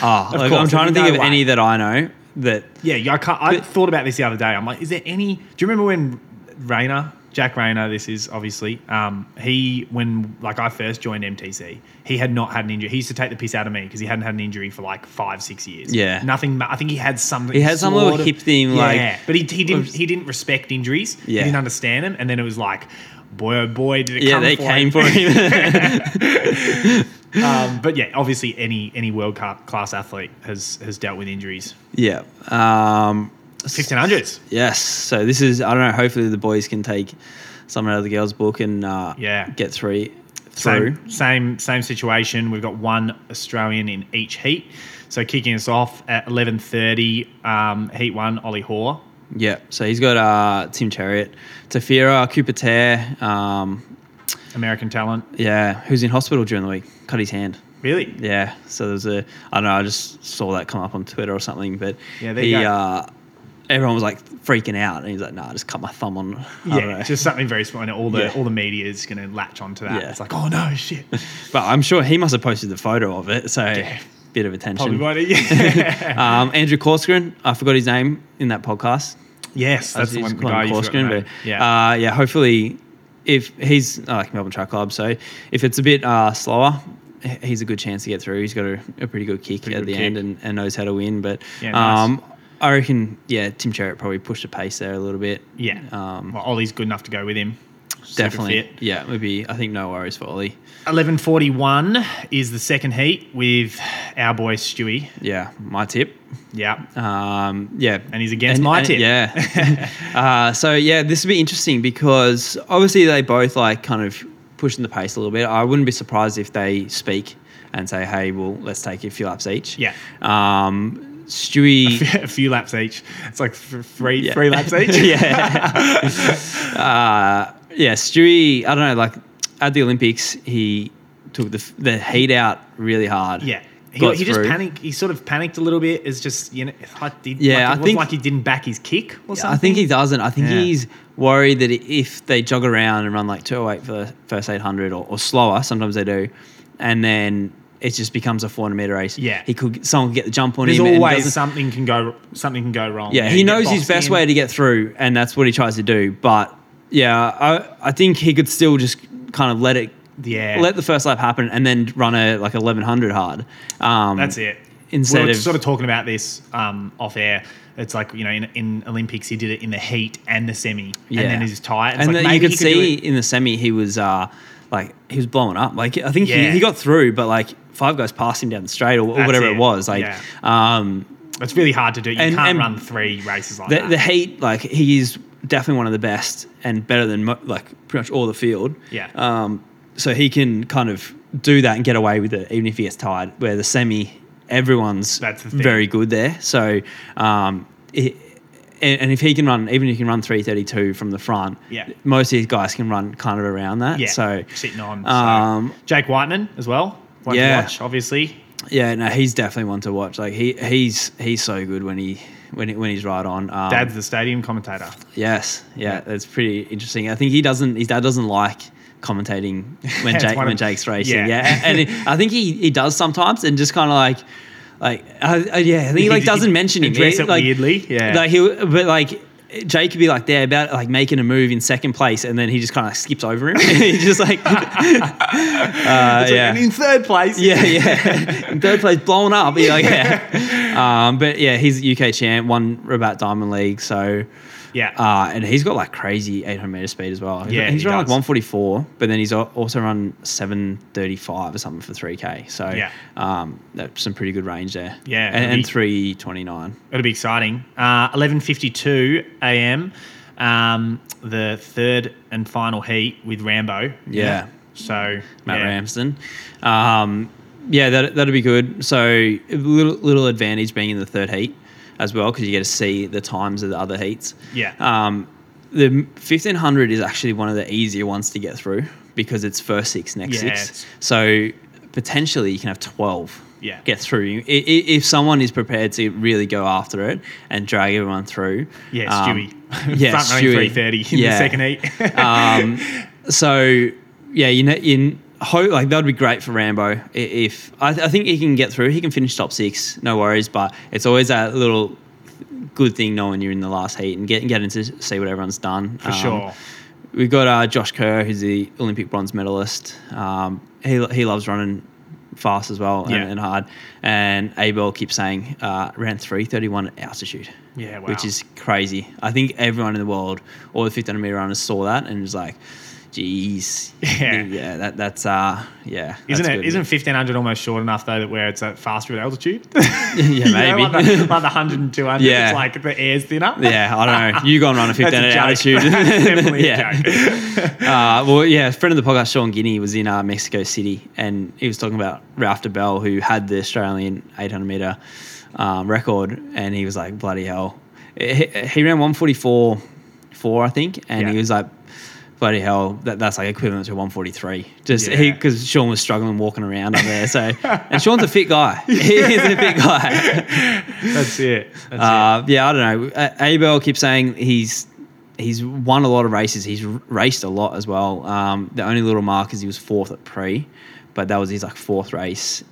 Speaker 2: Ah, like, I'm
Speaker 1: course,
Speaker 2: trying
Speaker 1: there'd
Speaker 2: to
Speaker 1: be
Speaker 2: think
Speaker 1: no
Speaker 2: of
Speaker 1: way.
Speaker 2: any that I know that
Speaker 1: Yeah, yeah, I, can't, I thought about this the other day. I'm like, is there any? Do you remember when Rayner, Jack Rayner, this is obviously, um, he, when like I first joined MTC, he had not had an injury. He used to take the piss out of me because he hadn't had an injury for like five, six years.
Speaker 2: Yeah.
Speaker 1: Nothing, ma- I think he had something.
Speaker 2: He had some little
Speaker 1: sort of-
Speaker 2: hip thing, like-
Speaker 1: But he, he didn't he didn't respect injuries. He
Speaker 2: Yeah.
Speaker 1: didn't understand them. And then it was like, boy, oh boy, did it
Speaker 2: yeah
Speaker 1: come
Speaker 2: they
Speaker 1: for
Speaker 2: came
Speaker 1: him.
Speaker 2: for him.
Speaker 1: Um, but yeah, obviously any any world cup class athlete has has dealt with injuries.
Speaker 2: yeah. Um,
Speaker 1: 1500s.
Speaker 2: Yes. So this is I don't know. Hopefully the boys can take some out of the girls' book and uh,
Speaker 1: Yeah.
Speaker 2: get three through.
Speaker 1: Same, same, same situation. We've got one Australian in each heat. So kicking us off at eleven thirty, um, heat one, Ollie Hoare.
Speaker 2: Yeah. So he's got uh, Tim Chariot, Tafira, Cooper Tear. Um,
Speaker 1: American talent.
Speaker 2: yeah, who's in hospital during the week? Cut his hand.
Speaker 1: Really?
Speaker 2: Yeah. So there's a I don't know. I just saw that come up on Twitter or something. But
Speaker 1: Yeah, there
Speaker 2: he.
Speaker 1: you go.
Speaker 2: Uh, Everyone was like freaking out, and he's like, "Nah, I just cut my thumb on." I don't
Speaker 1: Yeah,
Speaker 2: know.
Speaker 1: just something very small. And all the
Speaker 2: Yeah.
Speaker 1: all the media is going to latch onto that.
Speaker 2: Yeah.
Speaker 1: It's like, oh no, shit.
Speaker 2: but I'm sure he must have posted the photo of it, so bit of
Speaker 1: Probably
Speaker 2: attention.
Speaker 1: won't. Yeah.
Speaker 2: Um, Andrew Corcoran, I forgot his name in that podcast.
Speaker 1: yes, that's the
Speaker 2: He's
Speaker 1: one. The
Speaker 2: called
Speaker 1: guy you forgot the
Speaker 2: Corcoran,
Speaker 1: name.
Speaker 2: but,
Speaker 1: Yeah.
Speaker 2: uh, yeah. Hopefully, if he's I like Melbourne Track Club, so if it's a bit uh, slower, h- he's a good chance to get through. He's got a, a pretty good kick at
Speaker 1: good
Speaker 2: the
Speaker 1: kick.
Speaker 2: end and, and knows how to win. But
Speaker 1: Yeah, nice.
Speaker 2: um, I reckon, yeah, Tim Sherritt probably pushed the pace there a little bit.
Speaker 1: yeah.
Speaker 2: um,
Speaker 1: well, Ollie's good enough to go with him. Super
Speaker 2: definitely.
Speaker 1: fit.
Speaker 2: Yeah, it would be. I think no worries for Ollie.
Speaker 1: 11:41 is the second heat with our boy Stewie.
Speaker 2: Yeah, my tip.
Speaker 1: Yeah.
Speaker 2: Um, yeah,
Speaker 1: And he's against my tip.
Speaker 2: Yeah. uh, so yeah, this would be interesting because obviously they both like kind of pushing the pace a little bit. I wouldn't be surprised if they speak and say, "Hey, well, let's take a few laps each."
Speaker 1: Yeah.
Speaker 2: Um, Stewie.
Speaker 1: a few laps each. It's like th- three
Speaker 2: Yeah.
Speaker 1: three laps each.
Speaker 2: yeah. uh, yeah, Stewie. I don't know. Like at the Olympics, he took the the heat out really hard.
Speaker 1: Yeah. He,
Speaker 2: Got
Speaker 1: he just
Speaker 2: through.
Speaker 1: panicked. He sort of panicked a little bit. It's just you know, it's like, did, like,
Speaker 2: Yeah, I
Speaker 1: it was
Speaker 2: think-
Speaker 1: like he didn't back his kick or
Speaker 2: Yeah,
Speaker 1: something.
Speaker 2: I think he doesn't. I think
Speaker 1: Yeah.
Speaker 2: he's worried that if they jog around and run like 208 for the first 800 or, or slower, sometimes they do, and then it just becomes a 400 meter race.
Speaker 1: Yeah.
Speaker 2: He could, someone could get the jump on
Speaker 1: There's
Speaker 2: him. and
Speaker 1: always
Speaker 2: doesn't-
Speaker 1: something can go something can go wrong.
Speaker 2: yeah,
Speaker 1: you
Speaker 2: he
Speaker 1: get
Speaker 2: knows his
Speaker 1: boxed
Speaker 2: best
Speaker 1: in.
Speaker 2: way to get through, and that's what he tries to do. But yeah, I, I think he could still just kind of let it.
Speaker 1: Yeah.
Speaker 2: Let the first lap happen and then run a like 1100 hard. Um,
Speaker 1: That's it.
Speaker 2: Instead
Speaker 1: we were
Speaker 2: of-
Speaker 1: sort of talking about this um, off air. It's like you know, in, in Olympics, he did it in the heat and the semi, and then he's tired. It's
Speaker 2: And
Speaker 1: like,
Speaker 2: then you
Speaker 1: maybe
Speaker 2: could
Speaker 1: he do
Speaker 2: see
Speaker 1: it-
Speaker 2: in the semi he was uh, like he was blowing up. Like I think
Speaker 1: Yeah.
Speaker 2: he, he got through, but like five guys passed him down the straight or, or
Speaker 1: That's
Speaker 2: whatever it.
Speaker 1: it.
Speaker 2: was. Like
Speaker 1: Yeah.
Speaker 2: um,
Speaker 1: it's really hard to do. You
Speaker 2: and-
Speaker 1: can't
Speaker 2: and
Speaker 1: run three races like
Speaker 2: the,
Speaker 1: that.
Speaker 2: the heat, like he is definitely one of the best and better than mo- like pretty much all the field.
Speaker 1: Yeah.
Speaker 2: Um, so he can kind of do that and get away with it, even if he gets tired. Where the semi, everyone's
Speaker 1: That's the thing.
Speaker 2: very good there. So, um, it, and, and if he can run, even if he can run three thirty two from the front,
Speaker 1: Yeah.
Speaker 2: most of these guys can run kind of around that.
Speaker 1: yeah,
Speaker 2: So
Speaker 1: sitting on. so.
Speaker 2: um,
Speaker 1: Jake Whiteman as well. One to
Speaker 2: Yeah.
Speaker 1: watch, obviously.
Speaker 2: yeah, no, he's definitely one to watch. Like he, he's he's so good when he when he, when he's right on. Um,
Speaker 1: Dad's the stadium commentator.
Speaker 2: Uh, Yes, yeah, that's pretty interesting. I think he doesn't. His dad doesn't like commentating when
Speaker 1: It's
Speaker 2: Jake
Speaker 1: one
Speaker 2: when
Speaker 1: of-
Speaker 2: Jake's racing.
Speaker 1: yeah.
Speaker 2: Yeah, and he, I think he, he does sometimes, and just kind of like. Like uh, uh, yeah, I think he like
Speaker 1: He-
Speaker 2: doesn't
Speaker 1: he
Speaker 2: mention him.
Speaker 1: address
Speaker 2: He-
Speaker 1: it
Speaker 2: like,
Speaker 1: weirdly, yeah.
Speaker 2: Like he, but like Jay could be like there about like making a move in second place, and then he just kind of skips over him. He's just like, uh,
Speaker 1: It's like,
Speaker 2: yeah.
Speaker 1: and in third place.
Speaker 2: yeah, yeah. In third place, blown up. You're like, yeah. Um, but yeah, he's UK champ, won Rabat Diamond League. So,
Speaker 1: Yeah.
Speaker 2: uh, and he's got like crazy 800 meter speed as well.
Speaker 1: Yeah,
Speaker 2: he's
Speaker 1: he
Speaker 2: run like
Speaker 1: does.
Speaker 2: 144, but then he's al- also run 735 or something for 3k. So,
Speaker 1: Yeah.
Speaker 2: um, that's some pretty good range there.
Speaker 1: Yeah,
Speaker 2: and,
Speaker 1: and he-
Speaker 2: and 329.
Speaker 1: It'll be exciting. Uh, 11:52 a.m. Um, the third and final heat with Rambo.
Speaker 2: Yeah.
Speaker 1: So
Speaker 2: Matt
Speaker 1: yeah.
Speaker 2: Ramsden. Um, yeah, that that'll be good. So a little little advantage being in the third heat as well because you get to see the times of the other heats.
Speaker 1: Yeah.
Speaker 2: Um, the 1500 is actually one of the easier ones to get through because it's first six, next
Speaker 1: Yeah, it's-
Speaker 2: six. So potentially you can have 12
Speaker 1: Yeah.
Speaker 2: get through. I- i- If someone is prepared to really go after it and drag everyone through.
Speaker 1: Yeah,
Speaker 2: um,
Speaker 1: Stewie.
Speaker 2: yeah,
Speaker 1: Front running
Speaker 2: Stewie.
Speaker 1: 3:30 in the
Speaker 2: Yeah.
Speaker 1: second heat.
Speaker 2: Um, so yeah, you know, in hope like that would be great for Rambo i- if I, I think he can get through. He can finish top six, no worries. But it's always that little good thing knowing you're in the last heat and getting getting to see what everyone's done Um,
Speaker 1: For sure.
Speaker 2: We've got uh, Josh Kerr, who's the Olympic bronze medalist. Um, he he loves running fast as well and,
Speaker 1: Yeah.
Speaker 2: and hard. And Abel keeps saying uh, round three thirty one altitude.
Speaker 1: Yeah, wow.
Speaker 2: which is crazy. I think everyone in the world, all the 1500 meter runners, saw that and was like, "Geez,
Speaker 1: Yeah.
Speaker 2: yeah, that, that's uh, yeah."
Speaker 1: Isn't
Speaker 2: that's
Speaker 1: it?
Speaker 2: good.
Speaker 1: Isn't 1500 almost short enough though that where it's at faster at altitude?
Speaker 2: yeah,
Speaker 1: You
Speaker 2: maybe.
Speaker 1: know, like, the, like the 100 and 200.
Speaker 2: Yeah.
Speaker 1: It's like the air's thinner.
Speaker 2: yeah, I don't know. You go and run a
Speaker 1: That's
Speaker 2: 1500
Speaker 1: a joke.
Speaker 2: altitude.
Speaker 1: That's definitely
Speaker 2: Yeah.
Speaker 1: a joke.
Speaker 2: uh, well, yeah, a friend of the podcast, Sean Guinea, was in uh, Mexico City and he was talking about Ralph DeBell, who had the Australian 800 meter um, record. And he was like, bloody hell. He, he ran 144 4, I think. And
Speaker 1: Yeah.
Speaker 2: he was like, bloody hell, that, that's like equivalent to 143. Just he,
Speaker 1: Yeah.
Speaker 2: because Sean was struggling walking around up there. So, and Sean's a fit guy. He's a fit guy.
Speaker 1: That's it. That's
Speaker 2: Uh, yeah, I don't know. A- Abel keeps saying he's he's won a lot of races. He's r- raced a lot as well. Um, the only little mark is he was fourth at pre, but that was his like fourth race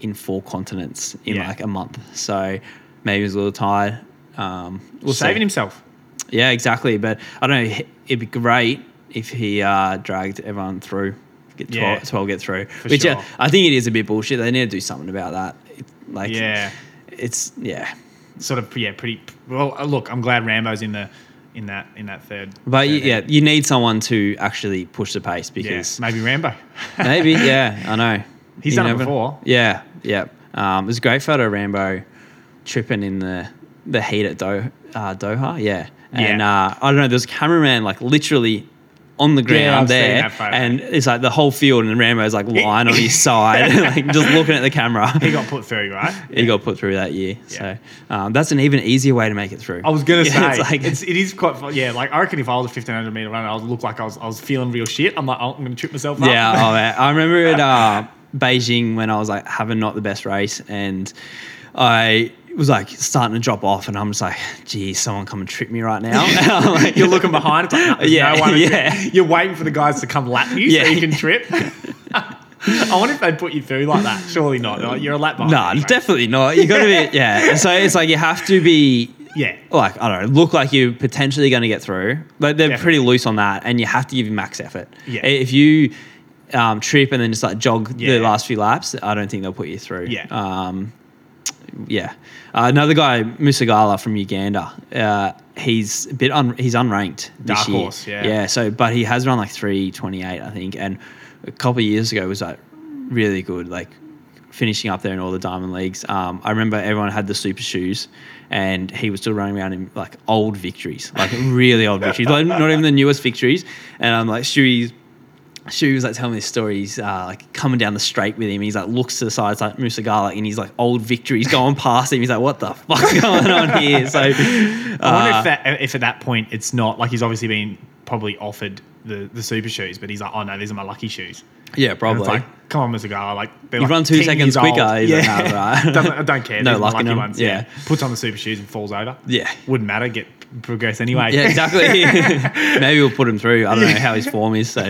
Speaker 2: in four continents in
Speaker 1: Yeah.
Speaker 2: like a month. So maybe he was a little tired. Um,
Speaker 1: it.
Speaker 2: we'll see.
Speaker 1: Saving himself.
Speaker 2: Yeah, exactly. But I don't know. It'd be great if he uh, dragged everyone through. Get 12,
Speaker 1: Yeah.
Speaker 2: 12 get through. which
Speaker 1: sure.
Speaker 2: uh, I think it is a bit bullshit. They need to do something about that. It, like,
Speaker 1: Yeah.
Speaker 2: it's yeah.
Speaker 1: Sort of, yeah, pretty. Well, uh, look, I'm glad Rambo's in the in that in that third.
Speaker 2: But you,
Speaker 1: third
Speaker 2: yeah, you need someone to actually push the pace
Speaker 1: Yeah,
Speaker 2: because
Speaker 1: maybe Rambo.
Speaker 2: maybe, yeah, I know.
Speaker 1: He's
Speaker 2: You
Speaker 1: done it
Speaker 2: never-
Speaker 1: before.
Speaker 2: Yeah, yeah. Um, it was a great photo of Rambo tripping in the the heat at Do, uh, Doha. Yeah. And Uh, I don't know, there's a cameraman like literally on the ground
Speaker 1: I've seen
Speaker 2: there.
Speaker 1: that photo.
Speaker 2: And it's like the whole field and Rambo's like lying on his side, like just looking at the camera.
Speaker 1: He got put through, right?
Speaker 2: He got put through that year.
Speaker 1: Yeah.
Speaker 2: So um, that's an even easier way to make it through.
Speaker 1: I was gonna
Speaker 2: Yeah,
Speaker 1: say
Speaker 2: it's like-
Speaker 1: it's, it is quite fun. yeah. Like I reckon if I was a fifteen hundred meter runner, I would look like I was I was feeling real shit. I'm like oh, I'm gonna trip myself up.
Speaker 2: Yeah, oh man. I remember at uh, Beijing when I was like having not the best race and I was like starting to drop off and I'm just like, geez, someone come and trip me right now. Like,
Speaker 1: You're looking behind. It's like, no, there's
Speaker 2: Yeah,
Speaker 1: no one to trip.
Speaker 2: yeah.
Speaker 1: You're waiting for the guys to come lap you
Speaker 2: Yeah.
Speaker 1: so you can trip. I wonder if they'd put you through like that. Surely not. Like, you're a lap behind.
Speaker 2: no,
Speaker 1: anyway.
Speaker 2: definitely not. You gotta be yeah. So it's like you have to be
Speaker 1: Yeah.
Speaker 2: like, I don't know, look like you're potentially gonna get through. Like they're
Speaker 1: Definitely.
Speaker 2: pretty loose on that and you have to give your max effort.
Speaker 1: Yeah.
Speaker 2: If you um, trip and then just like jog
Speaker 1: Yeah.
Speaker 2: the last few laps, I don't think they'll put you through.
Speaker 1: Yeah.
Speaker 2: Um, yeah. Uh, another guy, Musagala from Uganda. Uh, he's a bit un- he's unranked this
Speaker 1: Dark
Speaker 2: year.
Speaker 1: horse, yeah.
Speaker 2: Yeah. So, but he has run like three twenty eight, I think, and a couple of years ago was like really good, like finishing up there in all the diamond leagues. Um, I remember everyone had the super shoes, and he was still running around in like old victories, like really old victories, like not even the newest victories. And I'm like, Stewie's she was like telling me this story. He's uh, like coming down the straight with him. He's like looks to the side. It's like Musagala, and he's like old victory. He's going past him. He's like, what the fuck's going on here? So
Speaker 1: I wonder
Speaker 2: uh,
Speaker 1: if, that, if at that point it's not like he's obviously been probably offered the, the super shoes, but he's like, oh no, these are my lucky shoes.
Speaker 2: yeah,
Speaker 1: And
Speaker 2: probably.
Speaker 1: it's like, come on, Mr. Gala, like they're
Speaker 2: you
Speaker 1: like
Speaker 2: run two
Speaker 1: 10
Speaker 2: seconds
Speaker 1: years old.
Speaker 2: quicker. He's
Speaker 1: Yeah,
Speaker 2: like, nah, right.
Speaker 1: Doesn't- I don't care.
Speaker 2: No
Speaker 1: No
Speaker 2: luck
Speaker 1: lucky
Speaker 2: in him.
Speaker 1: ones.
Speaker 2: Yeah.
Speaker 1: Yeah. puts on the super shoes and falls over.
Speaker 2: Yeah.
Speaker 1: wouldn't matter. Get progress anyway.
Speaker 2: Yeah, exactly. Maybe we'll put him through. I don't know how his form is. So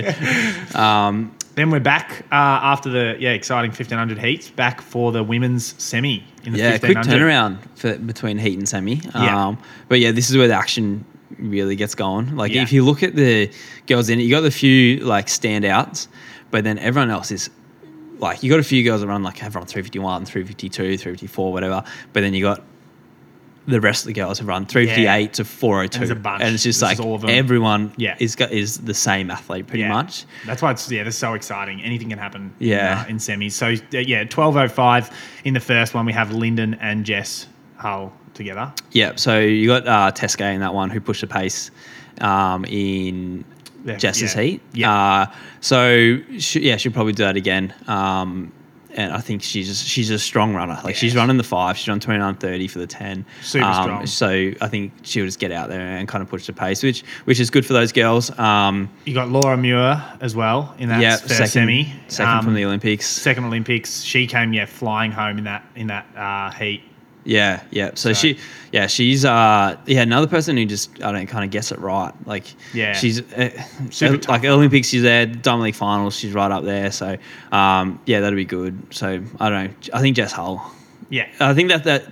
Speaker 2: um,
Speaker 1: Then we're back uh, after the yeah exciting 1500 heats. Back for the women's semi in the
Speaker 2: yeah, quick
Speaker 1: 1500.
Speaker 2: turnaround for, between heat and semi. Um,
Speaker 1: Yeah.
Speaker 2: But yeah, this is where the action really gets going. Like
Speaker 1: Yeah.
Speaker 2: if you look at the girls in it, you got the few like standouts, but then everyone else is like you got a few girls that run like have run 351, 352, 354, whatever. But then you got the rest of the girls have run 358 to 402.
Speaker 1: There's a bunch.
Speaker 2: And it's just
Speaker 1: This
Speaker 2: like
Speaker 1: is all of them.
Speaker 2: everyone
Speaker 1: Yeah.
Speaker 2: is got is the same athlete pretty
Speaker 1: Yeah.
Speaker 2: much.
Speaker 1: That's why it's yeah, that's so exciting. Anything can happen. in,
Speaker 2: Yeah.
Speaker 1: uh, in, semis. So uh, yeah, twelve oh five in the first one. We have Lyndon and Jess Hull together.
Speaker 2: Yeah, so you got uh, Teske in that one who pushed the pace um, in
Speaker 1: Yeah,
Speaker 2: Jess's
Speaker 1: yeah.
Speaker 2: heat.
Speaker 1: Yeah.
Speaker 2: Uh, so she, yeah, she'll probably do that again. Um, and I think she's just, she's a strong runner. Like she's
Speaker 1: Yeah.
Speaker 2: running the five. She's run twenty nine thirty for the ten.
Speaker 1: Super
Speaker 2: Um,
Speaker 1: strong.
Speaker 2: So I think she'll just get out there and kind of push the pace, which which is good for those girls. Um,
Speaker 1: You got Laura Muir as well in that
Speaker 2: yeah,
Speaker 1: first
Speaker 2: second
Speaker 1: semi.
Speaker 2: second
Speaker 1: Um,
Speaker 2: from the Olympics.
Speaker 1: second Olympics. She came yeah flying home in that in that uh, heat.
Speaker 2: Yeah, yeah. So,
Speaker 1: So-
Speaker 2: she, yeah, she's uh, yeah, another person who just I don't kind of gets it right. Like,
Speaker 1: Yeah.
Speaker 2: she's uh,
Speaker 1: Super
Speaker 2: uh, like Olympics, she's there. Diamond League finals, she's right up there. So, um, yeah, that'll be good. So I don't know. I think Jess Hull.
Speaker 1: Yeah,
Speaker 2: I think that that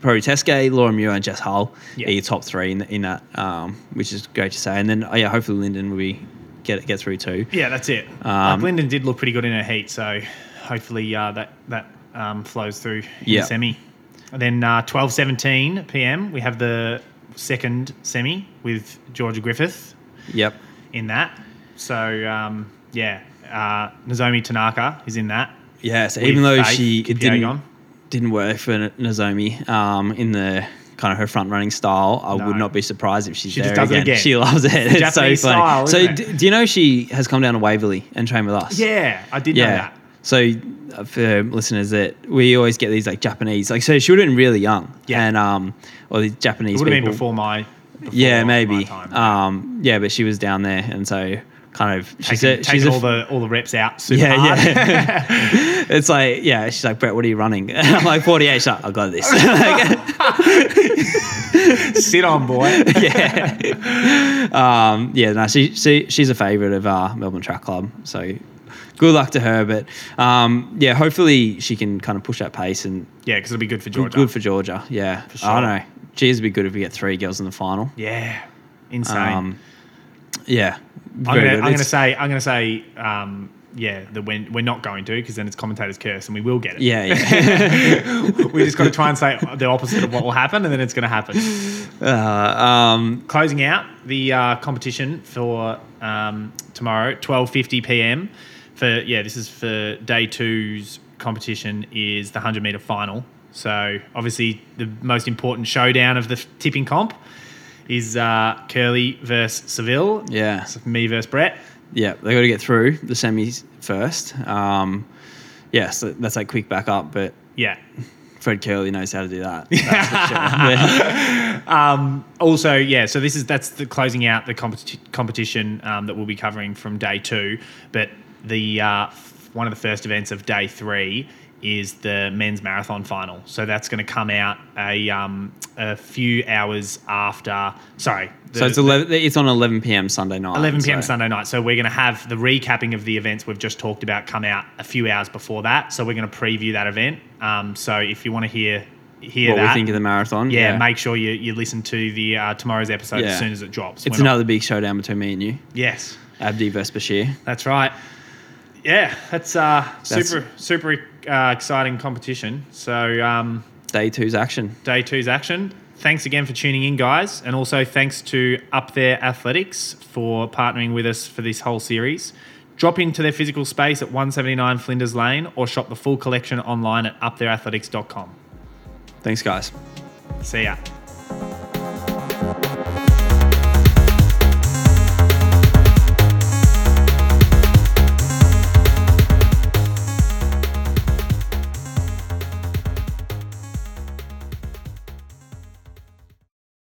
Speaker 2: probably Teske, Laura Muir, and Jess Hull
Speaker 1: Yeah.
Speaker 2: are your top three in, in that, um, which is great to say. And then oh, yeah, hopefully Lyndon will be get get through too.
Speaker 1: yeah, that's it. like
Speaker 2: Um,
Speaker 1: Lyndon did look pretty good in her heat, so hopefully uh, that that um, flows through in
Speaker 2: Yeah.
Speaker 1: the semi. And then uh, twelve seventeen p.m. we have the second semi with Georgia Griffith
Speaker 2: Yep.
Speaker 1: in that. So um, yeah, uh, Nozomi Tanaka is in that.
Speaker 2: Yeah. So
Speaker 1: with
Speaker 2: even though
Speaker 1: Faith
Speaker 2: she it didn't.
Speaker 1: Kipyegon.
Speaker 2: didn't work for N- Nozomi um, in the kind of her front running style. I
Speaker 1: No.
Speaker 2: would not be surprised if she's
Speaker 1: She
Speaker 2: there
Speaker 1: just does it
Speaker 2: again.
Speaker 1: again.
Speaker 2: She loves it.
Speaker 1: the
Speaker 2: It's,
Speaker 1: Japanese
Speaker 2: so funny.
Speaker 1: style,
Speaker 2: so
Speaker 1: isn't
Speaker 2: d-
Speaker 1: it?
Speaker 2: do you know she has come down to Waverley and trained with us?
Speaker 1: yeah, I did know
Speaker 2: yeah.
Speaker 1: that.
Speaker 2: So uh, for listeners that we always get these like Japanese like so she would have been really young
Speaker 1: Yeah.
Speaker 2: and um or these Japanese
Speaker 1: It would have been
Speaker 2: people-
Speaker 1: before my. Before
Speaker 2: yeah
Speaker 1: my
Speaker 2: maybe
Speaker 1: time.
Speaker 2: um yeah but she was down there and so kind of she's
Speaker 1: taking,
Speaker 2: a, she's
Speaker 1: taking
Speaker 2: a
Speaker 1: all the all the reps out super
Speaker 2: yeah,
Speaker 1: hard.
Speaker 2: yeah. it's like, yeah. She's like, Brett, what are you running? I'm like, 48. She's like, I got this. Like,
Speaker 1: Sit on, boy.
Speaker 2: yeah. Um, yeah. No, she, she she's a favourite of uh, Melbourne Track Club. So good luck to her. But um, yeah, hopefully she can kind of push that pace and
Speaker 1: Yeah, because it'll be good for
Speaker 2: good,
Speaker 1: Georgia.
Speaker 2: good for Georgia. Yeah.
Speaker 1: sure.
Speaker 2: I don't know. Cheers would be good if we get three girls in the final.
Speaker 1: yeah, insane.
Speaker 2: Um, yeah.
Speaker 1: I'm
Speaker 2: Very
Speaker 1: gonna,
Speaker 2: good.
Speaker 1: I'm gonna
Speaker 2: It's-
Speaker 1: say, I'm gonna say, um, yeah, that when we're not going to, because then it's commentator's curse, and we will get it.
Speaker 2: yeah, yeah.
Speaker 1: we just got to try and say the opposite of what will happen, and then it's gonna happen.
Speaker 2: Uh, um,
Speaker 1: Closing out the uh, competition for um, tomorrow, 12:50 p.m. For yeah, this is for day two's competition is the 100 meter final. So obviously the most important showdown of the f- tipping comp is uh, Curly versus Seville.
Speaker 2: yeah.
Speaker 1: It's me versus Brett.
Speaker 2: Yeah, they got to get through the semis first. Um, yeah, so that's like quick back up, but
Speaker 1: Yeah.
Speaker 2: Fred Curley knows how to do that. That's for sure.
Speaker 1: Also, yeah. So this is that's the closing out the competi- competition um, that we'll be covering from day two. But the uh, f- one of the first events of day three is the men's marathon final. So that's going to come out a um, a few hours after. Sorry. the-
Speaker 2: so it's eleven. It's on eleven p.m. Sunday night.
Speaker 1: 11 p.m.
Speaker 2: so-
Speaker 1: Sunday night. So we're going to have the recapping of the events we've just talked about come out a few hours before that. So we're going to preview that event. Um, so if you want to hear hear
Speaker 2: What
Speaker 1: that,
Speaker 2: we think of the marathon?
Speaker 1: yeah, make sure you, you listen to the uh, tomorrow's episode
Speaker 2: Yeah.
Speaker 1: as soon as it drops.
Speaker 2: It's
Speaker 1: We're not-
Speaker 2: another big showdown between me and you,
Speaker 1: yes,
Speaker 2: Abdi versus Bashir.
Speaker 1: that's right. Yeah, that's uh,
Speaker 2: That's-
Speaker 1: super super uh, exciting competition. So um,
Speaker 2: Day two's action.
Speaker 1: day two's action. Thanks again for tuning in, guys, and also thanks to Up There Athletics for partnering with us for this whole series. Drop into their physical space at 179 Flinders Lane or shop the full collection online at upthereathletics.com.
Speaker 2: Thanks, guys.
Speaker 1: See ya.